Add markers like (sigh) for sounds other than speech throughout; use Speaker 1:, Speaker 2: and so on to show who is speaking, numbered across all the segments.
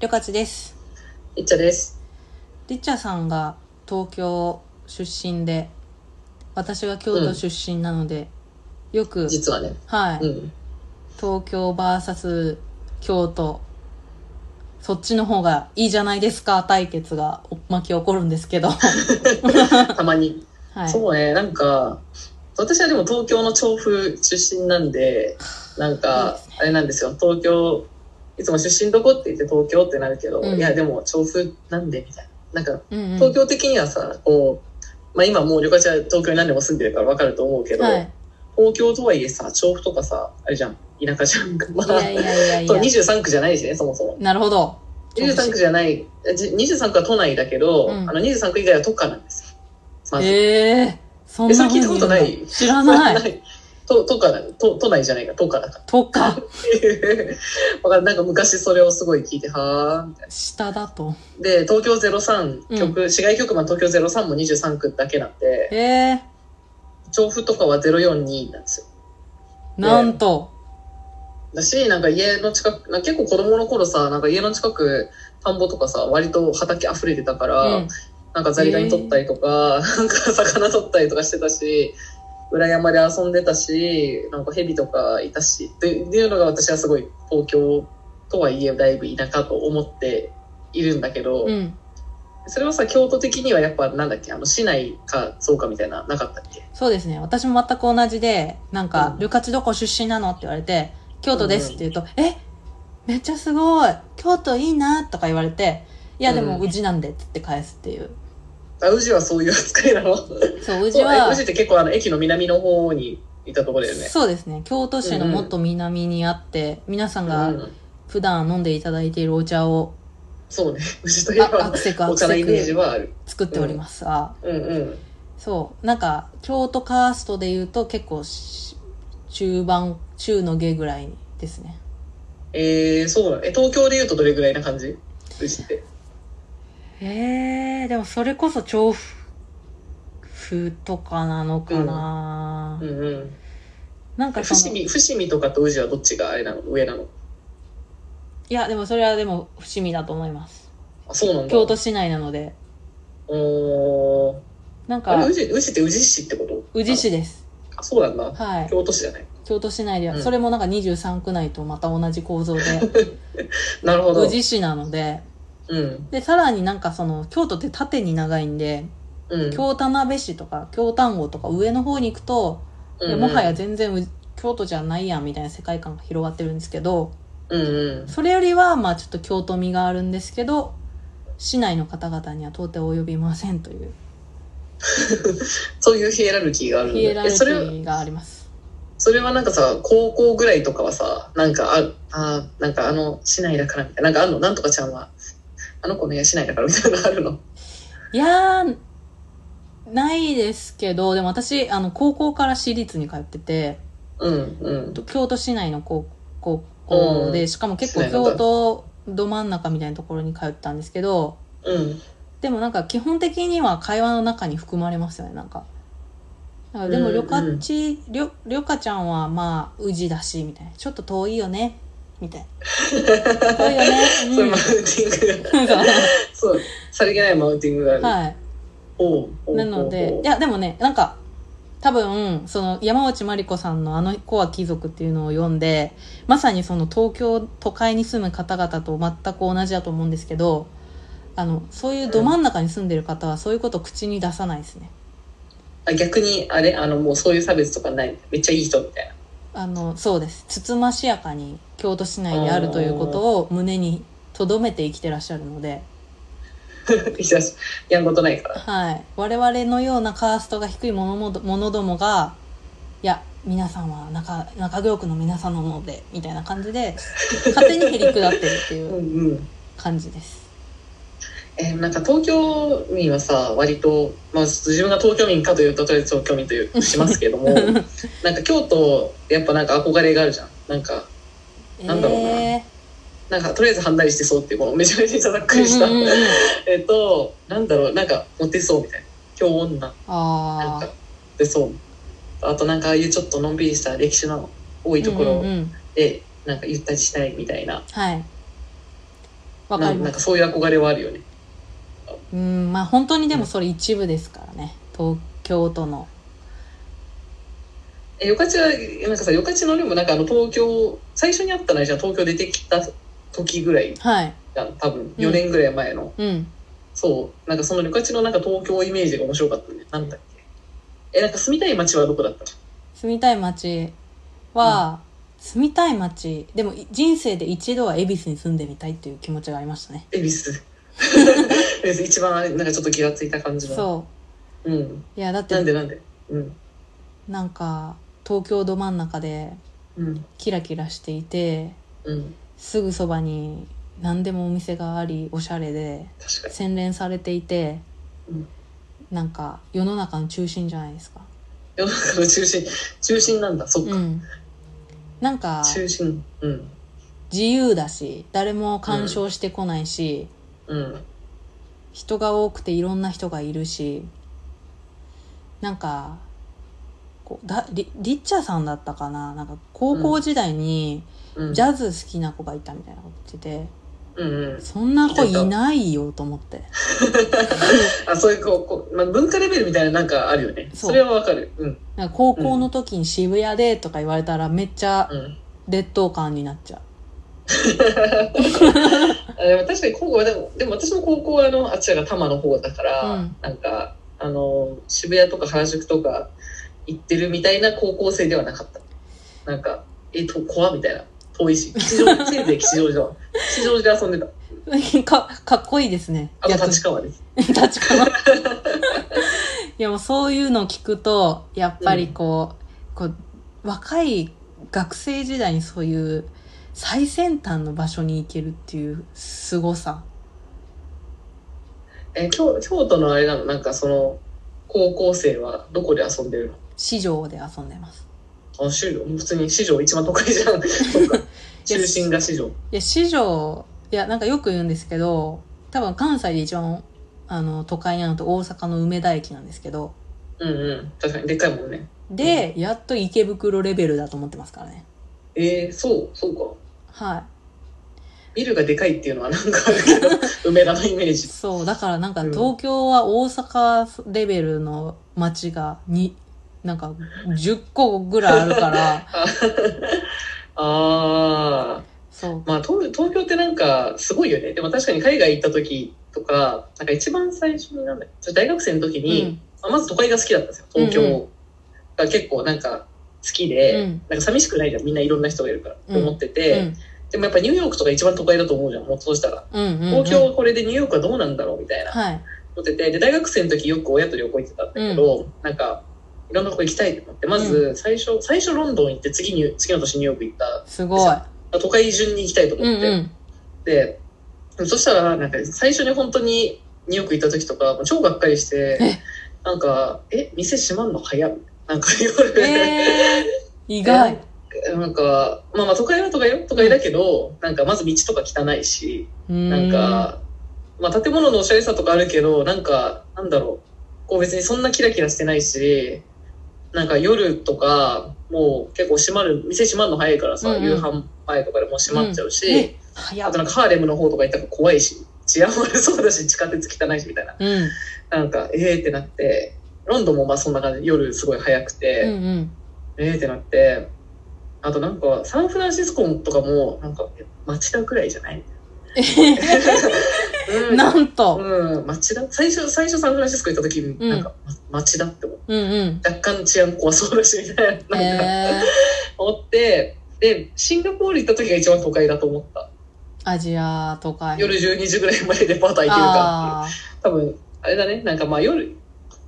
Speaker 1: りょかちです。
Speaker 2: いっちゃです。
Speaker 1: りっちゃさんが東京出身で、私は京都出身なので、よく、
Speaker 2: 実はね。
Speaker 1: はい、 (laughs)
Speaker 2: うん。
Speaker 1: 東京 VS 京都、そっちの方がいいじゃないですか、対決が巻き起こるんですけど。 (laughs) は
Speaker 2: たまに。
Speaker 1: い。
Speaker 2: そうね、なんか、私はでも東京の調布出身なんで、なん
Speaker 1: いい
Speaker 2: か
Speaker 1: です、
Speaker 2: あれなんですよ、東京、いつも出身どこって言って東京ってなるけど、
Speaker 1: うん
Speaker 2: いや、でも調布なんでみたいな。なんか、
Speaker 1: うんうん
Speaker 2: 東京的にはさ、こう、まあ今もう旅館は東京に何年も住んでるからわかると思うけど、
Speaker 1: はい。
Speaker 2: 東京とはいえさ、調布とかさ、あれじゃん、田舎じゃん。ま
Speaker 1: い
Speaker 2: あ
Speaker 1: やいやい
Speaker 2: (laughs) そう
Speaker 1: やいや。
Speaker 2: 23区じゃないしね、そもそも。
Speaker 1: なるほど。
Speaker 2: 23区じゃない、じ23区は都内だけど、
Speaker 1: うん
Speaker 2: あの23区以外は都下なんですよ。まず
Speaker 1: ええそんな
Speaker 2: えそ
Speaker 1: 風
Speaker 2: れ聞い
Speaker 1: に
Speaker 2: たことない
Speaker 1: 知らない。
Speaker 2: い。都都下だ、都都内じゃないか、都下だか
Speaker 1: とか、
Speaker 2: (laughs) ら。わかんないなんか昔それをすごい聞いて、はぁ、みたい
Speaker 1: 下だと。
Speaker 2: な。で、東京03局、市外局番東京03も23区だけなんで、
Speaker 1: ええ
Speaker 2: 調布とかは042なんですよ。
Speaker 1: なんと。
Speaker 2: だし、なんか家の近く、なんか結構子供の頃さ、なんか家の近く、田んぼとかさ、割と畑溢れてたから、
Speaker 1: うん。
Speaker 2: なんかザリガニ取ったりとか、なんか魚取ったりとかしてたし、裏山で遊んでたし、なんか蛇とかいたし、ってっていうのが私はすごい東京とはいえだいぶ田舎と思っているんだけど、
Speaker 1: うん。
Speaker 2: それはさ、京都的にはやっぱなんだっけ、あの市内かそうかみたいな、なかったっけ
Speaker 1: そうですね。私も全く同じで、なんか
Speaker 2: う、ん
Speaker 1: ルカチどこ出身なのって言われて、京都ですって言うと、えめっちゃすごい京都いいなとか言われて、いやでも
Speaker 2: うん
Speaker 1: 宇治なんでって言って返すっていう。
Speaker 2: あ、宇治はそういう扱いなの
Speaker 1: そう、宇
Speaker 2: そ
Speaker 1: 治
Speaker 2: うえ
Speaker 1: は
Speaker 2: 宇治、って結構あの駅の南の方にいたところだよね。
Speaker 1: そうですね。京都市のもっと南にあって、皆さん
Speaker 2: う
Speaker 1: が
Speaker 2: ん、
Speaker 1: 普段飲んでいただいているお茶を、
Speaker 2: そうね。宇治といえ
Speaker 1: あア
Speaker 2: ば
Speaker 1: クセクア
Speaker 2: お
Speaker 1: ク
Speaker 2: 茶の
Speaker 1: セ
Speaker 2: イメージ
Speaker 1: ク
Speaker 2: はある。
Speaker 1: 作っております。あ
Speaker 2: うんうん。
Speaker 1: そう。なんか、京都カーストで言うと結構し、中盤、中の下ぐらいですね。
Speaker 2: えー、そうなの。え、東京で言うとどれぐらいな感じ宇治って。
Speaker 1: えー、でもそれこそ調布とかなのかな、
Speaker 2: うんうん。
Speaker 1: なんかそ
Speaker 2: 伏
Speaker 1: のい
Speaker 2: 見、伏見とかと宇治はどっちがあれなの上なの
Speaker 1: やでもそれはでも伏見だと思います
Speaker 2: あ、そうなんだ。
Speaker 1: 京都市内なので
Speaker 2: おー
Speaker 1: なん
Speaker 2: あ
Speaker 1: か
Speaker 2: れ、宇治、宇治って宇治市ってこと
Speaker 1: 宇治。市です
Speaker 2: あ、そうなんだ。
Speaker 1: はい
Speaker 2: 京都市じゃない。
Speaker 1: 京都市内では、
Speaker 2: うん
Speaker 1: それもなんか23区内とまた同じ構
Speaker 2: (laughs)
Speaker 1: 造で
Speaker 2: なるほど。
Speaker 1: 宇治市なので
Speaker 2: うん。
Speaker 1: でさらになんかその京都って縦に長いんで
Speaker 2: うん。
Speaker 1: 京田辺市とか京丹後とか上の方に行くと、いや
Speaker 2: うん
Speaker 1: もはや。全然う京都じゃないやんみたいな世界観が広がってるんですけど、
Speaker 2: うんうん。
Speaker 1: それよりは、まあちょっと京都味があるんですけど、市内の方々には到底及びませんという
Speaker 2: そういうヒエラルキーがあるんだ
Speaker 1: ヒエラル
Speaker 2: え、
Speaker 1: キ
Speaker 2: それ、
Speaker 1: ーがあります。
Speaker 2: それはなんかさ、高校ぐらいとかはさ、なんかあ、あー、なんかあの、市内だからみたいな。なんかあんのなんとかちゃんは、あの子の家市内だからみたいなのあるの
Speaker 1: いやー、ないですけど、でも私、あの、高校から私立に通ってて、
Speaker 2: うんうん。
Speaker 1: 京都市内の高高校
Speaker 2: う
Speaker 1: で、
Speaker 2: ん
Speaker 1: しかも結
Speaker 2: 市
Speaker 1: 構
Speaker 2: 内なんだ
Speaker 1: 京都ど真ん中みたいなところに通ってたんですけど、
Speaker 2: うん。
Speaker 1: でもなんか基本的には会話の中に含まれますよねなんかだからでも
Speaker 2: うん
Speaker 1: りょかっちりょりょかちゃんはまあ宇治だしみたいなちょっと遠いよねみたいな遠いよね、 (laughs)
Speaker 2: そう
Speaker 1: う
Speaker 2: いうんマウンティングが、そう、さりげないマウンティングがある。
Speaker 1: は
Speaker 2: おうお
Speaker 1: いうなの
Speaker 2: おうお
Speaker 1: で
Speaker 2: う
Speaker 1: いやでもねなんか多分その山内まりこさんの「あの子は貴族」っていうのを読んでまさにその東京都会に住む方々と全く同じだと思うんですけどあのそういうど真ん中に住んでる方はそういうことを口に出さないですね。
Speaker 2: あ逆にあれあのもうそういう差別とかないめっちゃいい人みたいな
Speaker 1: あのそうですつつましやかに京都市内であるということを胸に留めて生きてらっしゃるので、
Speaker 2: いややんことないから
Speaker 1: はい、我々のようなカーストが低い者もど者どもがいや皆さんは中中京区の皆さんなのでみたいな感じで勝手にへり下ってるってい
Speaker 2: うん
Speaker 1: う
Speaker 2: うん
Speaker 1: 感じです。
Speaker 2: えーなんか東京民はさ割と、まあ、自分が東京民かというととりあえず東京民というしますけども (laughs) なんか京都やっぱなんか憧れがあるじゃんなんか (laughs) なんだろうな
Speaker 1: え
Speaker 2: なんかとりあえずはんだりしてそうっていうこのめちゃめちゃざっく
Speaker 1: ー
Speaker 2: りした、
Speaker 1: うんうんうんうん
Speaker 2: (laughs) えっとなんだろうなんかモテそうみたいな京女なん
Speaker 1: あ
Speaker 2: か
Speaker 1: ー
Speaker 2: でそうあとなんかああいうちょっとのんびりした歴史の多いところ
Speaker 1: うんうんうん
Speaker 2: でなんかゆったりしたいみたいな
Speaker 1: はいわかり
Speaker 2: なな
Speaker 1: ま
Speaker 2: んか
Speaker 1: す
Speaker 2: そういう憧れはあるよね。
Speaker 1: うんまあ本当にでもそれ一部ですからね東京都の
Speaker 2: え、よかちは、なんかさ、よかちのでもなんかあの東京、最初に会ったのはじゃあ東京出てきた時ぐらい
Speaker 1: はい
Speaker 2: が多分4年ぐらい前の、
Speaker 1: うん
Speaker 2: そう、なんかそのよかちのなんか東京イメージが面白かったね。なんだっけ。え、なんか住みたい街はどこだったの
Speaker 1: 住みたい街は、住みたい街でもい人生で一度は恵比寿に住んでみたいっていう気持ちがありましたね
Speaker 2: 恵比寿。恵比寿一番あれなんかちょっと気がついた感じの。。
Speaker 1: そう
Speaker 2: うん。
Speaker 1: ういやだって
Speaker 2: なん
Speaker 1: な
Speaker 2: でなんで。うん。
Speaker 1: んか東京ど真ん中で
Speaker 2: うん。
Speaker 1: キラキラしていて
Speaker 2: うん。
Speaker 1: すぐそばに何でもお店がありおしゃれで
Speaker 2: 確かに。
Speaker 1: 洗練されていて、
Speaker 2: うん
Speaker 1: なんか世の中の中心じゃないですか
Speaker 2: 世の中の中心、中心なんだ。そっか。
Speaker 1: うんなんか
Speaker 2: 中心。うん。
Speaker 1: 自由だし誰も干渉してこないし、
Speaker 2: うん。
Speaker 1: 人が多くていろんな人がいるしなんかこうだリリッチャーさんだったかななんか高校時代に
Speaker 2: うん。
Speaker 1: ジャズ好きな子がいたみたいなこと言ってて、
Speaker 2: うんうん。
Speaker 1: そんな子いないよと思
Speaker 2: (laughs)
Speaker 1: って
Speaker 2: あ、そういうこう、こうまあ、文化レベルみたいななんかあるよね。
Speaker 1: そ
Speaker 2: そうれはわかる。うん。
Speaker 1: なんか高校の時に渋谷でとか言われたらめっちゃ
Speaker 2: うん。
Speaker 1: 劣等感になっちゃ
Speaker 2: あでも確かに高校はでも、でも私も高校はあの、あっちらが多摩の方だから、
Speaker 1: うん
Speaker 2: なんか、あの、渋谷とか原宿とか行ってるみたいな高校生ではなかった。なんか、え、と、怖っみたいな。遠いし、吉祥寺、せいぜい吉祥
Speaker 1: (laughs)
Speaker 2: 寺は。吉祥寺で遊んでた。
Speaker 1: う (laughs) かかっこいいですね
Speaker 2: あと立
Speaker 1: 逆
Speaker 2: 川です。
Speaker 1: に立川いやもうそう (laughs) いうのを聞くとやっぱりこう,、こう若い学生時代にそういう最先端の場所に行けるっていうすごさ
Speaker 2: え、京、京都のあれなの、なんかその、高校生はどこで遊んでるの
Speaker 1: 市場で遊んでます
Speaker 2: あ、市場、普通に市場一番都会じゃ
Speaker 1: (laughs)
Speaker 2: ん。そっか。中心が市場。
Speaker 1: いや市場いやなんかよく言うんですけど多分関西で一番あの都会なのと大阪の梅田駅なんですけど
Speaker 2: うんうん。確かに、でっかいもんね。
Speaker 1: で、やっと池袋レベルだと思ってますからね
Speaker 2: えー、そう、そうか。
Speaker 1: はい
Speaker 2: ビルがでかいっていうのはなんかあるけど、 (laughs) 梅田のイメージ。
Speaker 1: そうだからなんか
Speaker 2: うん
Speaker 1: 東京は大阪レベルの街がになんか10個ぐらいあるから
Speaker 2: (laughs) あ
Speaker 1: そう
Speaker 2: ー、まあ東、東京ってなんかすごいよね。でも確かに海外行った時とか、なんか一番最初になんだ私大学生の時に、まあまず都会が好きだったんですよ、東
Speaker 1: うんう
Speaker 2: 京が結構なんか好き
Speaker 1: うん
Speaker 2: で、
Speaker 1: うん
Speaker 2: なんか寂しくないじゃん、みんないろんな人がいるから、
Speaker 1: うん
Speaker 2: と思ってて、でもやっぱニューヨークとか一番都会だと思うじゃん、もうそうしたら。
Speaker 1: うんうんうんうん
Speaker 2: 東京はこれでニューヨークはどうなんだろうみたいな。
Speaker 1: はい
Speaker 2: 思っててで大学生の時よく親と旅行行ってたんだけど、なんかいろんなとこ行きたいと思ってまず最初、最初ロンドン行って次に次の年ニューヨーク行った
Speaker 1: すごい
Speaker 2: 都会順に行きたいと
Speaker 1: うん
Speaker 2: 思って、
Speaker 1: うん
Speaker 2: でそしたらなんか最初に本当にニューヨーク行った時とかもう超がっかりして
Speaker 1: え
Speaker 2: なんか「え店閉まんの早い」なんか言われて、
Speaker 1: えー、意外
Speaker 2: なんかまあまあ都会は都会よ都会だけど、なんかまず道とか汚いしなんか、まあ、建物のおしゃれさとかあるけど、なんか、なんだろう。こう別にそんなキラキラしてないし、なんか夜とか、もう結構閉まる、店閉まるの早いからさ、
Speaker 1: うんうん
Speaker 2: 夕飯前とかでもう閉まっちゃう
Speaker 1: うん
Speaker 2: し、
Speaker 1: え早
Speaker 2: あ
Speaker 1: っ
Speaker 2: となんかハーレムの方とか行ったら怖いし、治安悪そうだし、地下鉄汚いしみたいな。
Speaker 1: うん
Speaker 2: なんか、えーってなって、ロンドンもまあそんな感じ、夜すごい早くて、
Speaker 1: うんうん
Speaker 2: えーってなって、あとなんか、サンフランシスコとかも、なんか、え町田くらいじゃないう
Speaker 1: なんと
Speaker 2: うん、町田最初、最初サンフランシスコ行った時、
Speaker 1: ん
Speaker 2: なんか、ま町田って思う。
Speaker 1: うんうん
Speaker 2: 若干治安怖そうだし、みたいな、なんか、
Speaker 1: えー、
Speaker 2: 思って、で、シンガポール行った時が一番都会だと思った。
Speaker 1: アジアとか
Speaker 2: 夜12時ぐらいまでデパート開いてるか
Speaker 1: ああ
Speaker 2: らっていう。多分、あれだね、なんかまあ夜、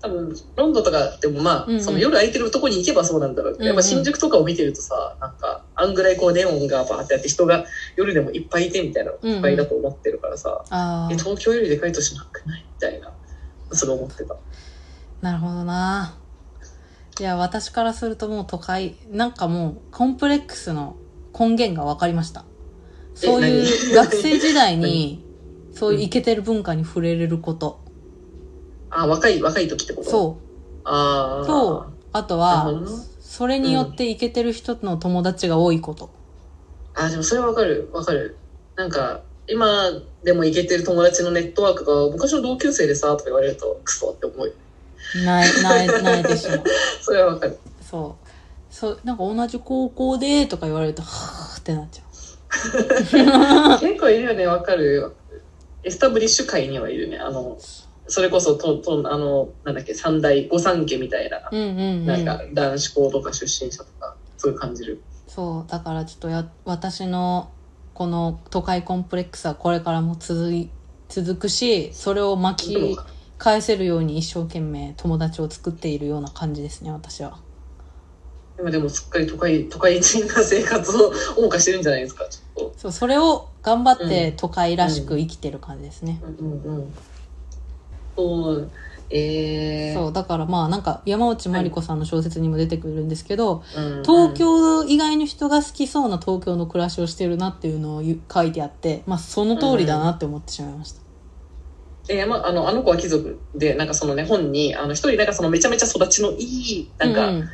Speaker 2: 多分、ロンドンとかでもまあ、
Speaker 1: うんうん
Speaker 2: その夜空いてるとこに行けばそうなんだろうけど、やっ
Speaker 1: うんう
Speaker 2: ぱ
Speaker 1: ん
Speaker 2: 新宿とかを見てるとさ、なんか、あんぐらいこうネオンがバーってあって人が夜でもいっぱいいてみたいなの
Speaker 1: うんうん
Speaker 2: いっぱいだと思ってるからさ、
Speaker 1: あ
Speaker 2: え
Speaker 1: ー
Speaker 2: 東京よりでかい都市なくないみたいな、それ思ってた。
Speaker 1: なるほどな。いや、私からするともう都会、なんかもうコンプレックスの根源が分かりました。そういう
Speaker 2: 何
Speaker 1: 学生時代に、そういうイケてる文化に触れれること。
Speaker 2: あ、若い、若い時ってことう。
Speaker 1: そ
Speaker 2: あ
Speaker 1: う。
Speaker 2: あ。
Speaker 1: と、あと
Speaker 2: なる
Speaker 1: は
Speaker 2: ほ、どな
Speaker 1: それによってイケてる人の友達が多いこと。
Speaker 2: あ、でもそれわかる、わかる。なんか、今でも行けてる友達のネットワークが昔の同級生でさとか言われるとクソって思う (laughs) よ
Speaker 1: ないないないでしょ
Speaker 2: それはわかる
Speaker 1: そうそうなんか同じ高校でとか言われるとはーってなっちゃう
Speaker 2: 結構いるよねわかるエスタブリッシュ界にはいるねあのそれこそととあのなんだっけ三大御三家みたいな,、
Speaker 1: うんうん、うん、
Speaker 2: なんか男子校とか出身者とかそういう感じる
Speaker 1: そうだからちょっとや私のこの都会コンプレックスはこれからも続い続くしそれを巻き返せるように一生懸命友達を作っているような感じですね私は
Speaker 2: でもでもすっかり都会都会人な生活を謳歌してるんじゃないですかちょっ
Speaker 1: そうそれを頑張って都会らしく生きてる感じですね、
Speaker 2: とうんうんうんそうえー、
Speaker 1: そうだからまあなんか山内まりこさんの小説にも出てくるんですけど、
Speaker 2: うんうん
Speaker 1: 東京以外の人が好きそうな東京の暮らしをしてるなっていうのをゆ書いてあって、まあ、その通りだなって思ってしまいました、
Speaker 2: で山あのあの子は貴族でなんかそのね本にあの一人なんかそのめちゃめちゃ育ちのいいなんか、
Speaker 1: うん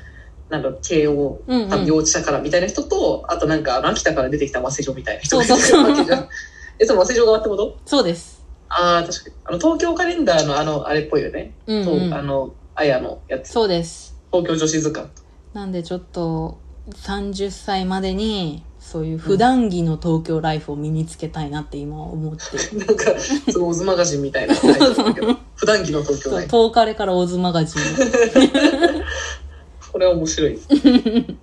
Speaker 2: なんだろう慶応
Speaker 1: うんうん
Speaker 2: 多分幼稚舎からみたいな人と、あとなんかあの秋田から出てきた早稲女みたいな人が出
Speaker 1: そう
Speaker 2: てくる
Speaker 1: そう
Speaker 2: わけじゃん (laughs) えその早稲女側ってこと
Speaker 1: そうです、
Speaker 2: ああ確かにあの東京カレンダーのあのあれっぽいよね、
Speaker 1: うん
Speaker 2: と
Speaker 1: うん
Speaker 2: あのあやのやつ
Speaker 1: そうです
Speaker 2: 東京女子図鑑
Speaker 1: なんでちょっと30歳までにそういう普段着の東京ライフを身につけたいなって今思ってる、
Speaker 2: な
Speaker 1: (laughs)
Speaker 2: んかすごいオズマガジンみたいな普段着の東京
Speaker 1: そう
Speaker 2: ね
Speaker 1: 10日れからオズマガジン
Speaker 2: これは面白いです